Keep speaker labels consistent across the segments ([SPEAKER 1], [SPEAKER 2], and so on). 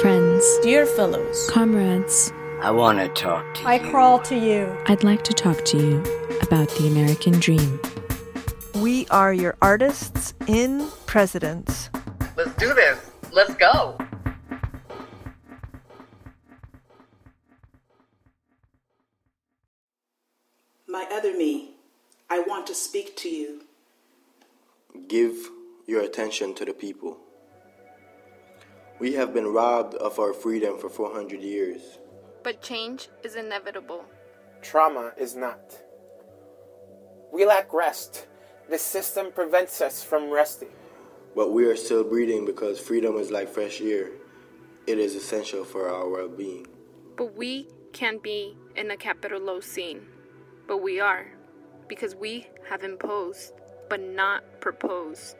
[SPEAKER 1] Friends,
[SPEAKER 2] Dear fellows,
[SPEAKER 1] comrades,
[SPEAKER 3] I want to talk to
[SPEAKER 4] I
[SPEAKER 3] you.
[SPEAKER 4] crawl to you.
[SPEAKER 1] I'd like to talk to you about the American dream.
[SPEAKER 5] We are your artists in presidents.
[SPEAKER 6] Let's do this. Let's go.
[SPEAKER 7] My other me, I want to speak to you.
[SPEAKER 8] Give your attention to the people. We have been robbed of our freedom for 400 years.
[SPEAKER 9] But change is inevitable.
[SPEAKER 10] Trauma is not. We lack rest. This system prevents us from resting.
[SPEAKER 8] But we are still breathing because freedom is like fresh air. It is essential for our well being.
[SPEAKER 9] But we can be in a capital O scene. But we are. Because we have imposed, but not proposed.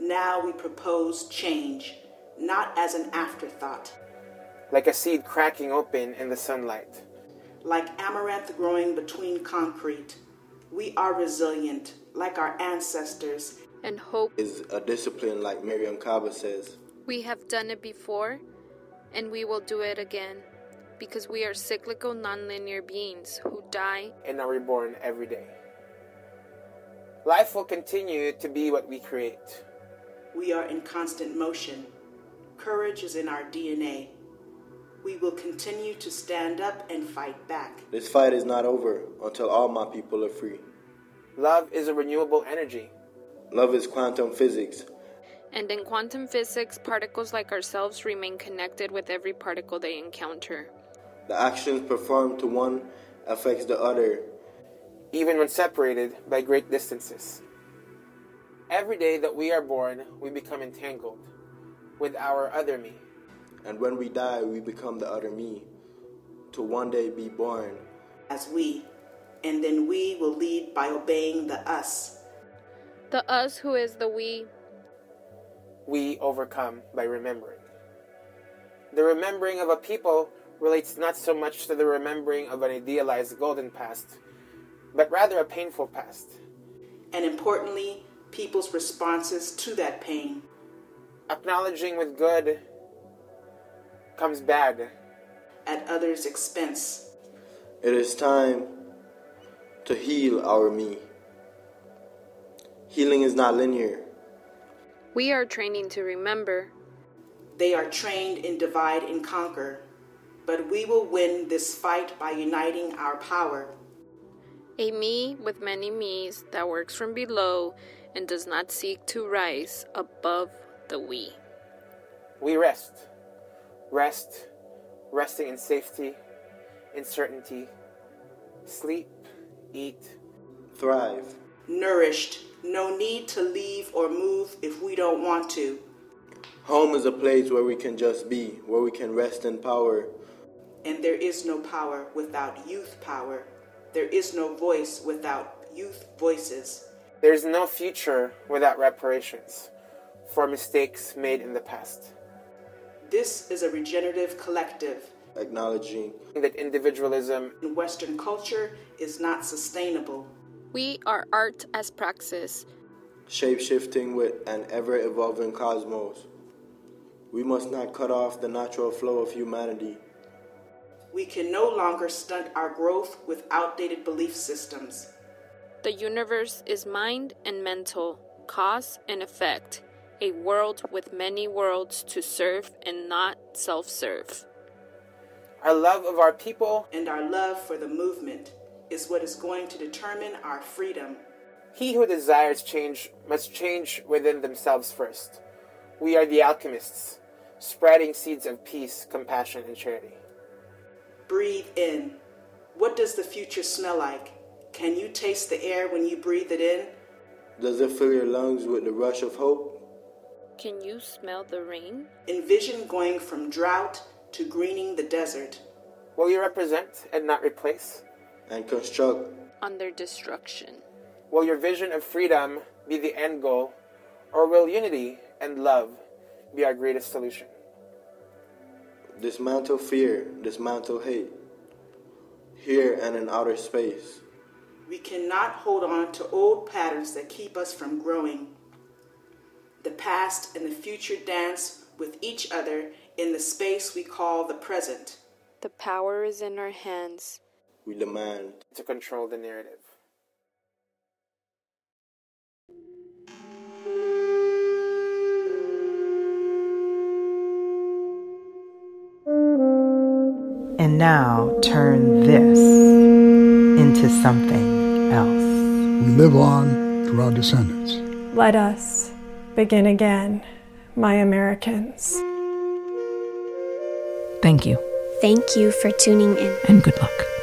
[SPEAKER 7] Now we propose change, not as an afterthought,
[SPEAKER 10] Like a seed cracking open in the sunlight.
[SPEAKER 7] like amaranth growing between concrete. We are resilient, like our ancestors,
[SPEAKER 9] And hope
[SPEAKER 8] Is a discipline like Miriam Kaba says.
[SPEAKER 9] we have done it before, and we will do it again. Because we are cyclical, nonlinear beings who die
[SPEAKER 10] and are reborn every day. Life will continue to be what we create.
[SPEAKER 7] we are in constant motion. Courage is in our DNA. We will continue to stand up and fight back.
[SPEAKER 8] This fight is not over until all my people are free.
[SPEAKER 10] Love is a renewable energy.
[SPEAKER 8] Love is quantum physics.
[SPEAKER 9] And in quantum physics, particles like ourselves remain connected with every particle they encounter.
[SPEAKER 8] The actions performed to one affects the other.
[SPEAKER 10] even when separated by great distances. Every day that we are born, we become entangled with our other me.
[SPEAKER 8] And when we die, we become the other me. To one day be born
[SPEAKER 7] as we, and then we will lead by obeying the us.
[SPEAKER 9] The us who is the we,
[SPEAKER 10] We overcome by remembering. The remembering of a people relates not so much to the remembering of an idealized golden past, but rather a painful past,
[SPEAKER 7] And importantly, people's responses to that pain.
[SPEAKER 10] acknowledging with good comes bad
[SPEAKER 7] at others' expense.
[SPEAKER 8] It is time to heal our me. Healing is not linear.
[SPEAKER 9] we are training to remember.
[SPEAKER 7] They are trained in divide and conquer. But we will win this fight by uniting our power.
[SPEAKER 9] A me with many me's that works from below and does not seek to rise above the we.
[SPEAKER 10] We rest. Rest. Resting in safety, in certainty. Sleep, eat.
[SPEAKER 8] Thrive.
[SPEAKER 7] Nourished, no need to leave or move if we don't want to.
[SPEAKER 8] Home is a place where we can just be, where we can rest in power.
[SPEAKER 7] And there is no power without youth power. There is no voice without youth voices.
[SPEAKER 10] There is no future without reparations for mistakes made in the past.
[SPEAKER 7] This is a regenerative collective,
[SPEAKER 8] Acknowledging
[SPEAKER 10] That individualism
[SPEAKER 7] and Western culture is not sustainable.
[SPEAKER 9] We are art as praxis.
[SPEAKER 8] shape shifting with an ever evolving cosmos. We must not cut off the natural flow of humanity.
[SPEAKER 7] We can no longer stunt our growth with outdated belief systems.
[SPEAKER 9] The universe is mind and mental, cause and effect, a world with many worlds to serve and not self serve.
[SPEAKER 10] our love of our people,
[SPEAKER 7] and our love for the movement is what is going to determine our freedom.
[SPEAKER 10] he who desires change must change within themselves first. We are the alchemists, spreading seeds of peace, compassion, and charity.
[SPEAKER 7] Breathe in. What does the future smell like? Can you taste the air when you breathe it in?
[SPEAKER 8] Does it fill your lungs with the rush of hope?
[SPEAKER 9] Can you smell the rain?
[SPEAKER 7] Envision going from drought to greening the desert.
[SPEAKER 10] Will you represent and not replace?
[SPEAKER 8] And construct
[SPEAKER 9] on their destruction.
[SPEAKER 10] Will your vision of freedom be the end goal, or will unity and love be our greatest solution?
[SPEAKER 8] Dismantle fear, dismantle hate. Here and in outer space.
[SPEAKER 7] We cannot hold on to old patterns that keep us from growing. The past and the future dance with each other in the space we call the present.
[SPEAKER 9] The power is in our hands.
[SPEAKER 8] We demand
[SPEAKER 11] to control the narrative.
[SPEAKER 5] And now turn this into something else.
[SPEAKER 3] We live on through our descendants.
[SPEAKER 4] Let us begin again, my Americans.
[SPEAKER 1] Thank you,
[SPEAKER 12] Thank you for tuning in.
[SPEAKER 1] and good luck.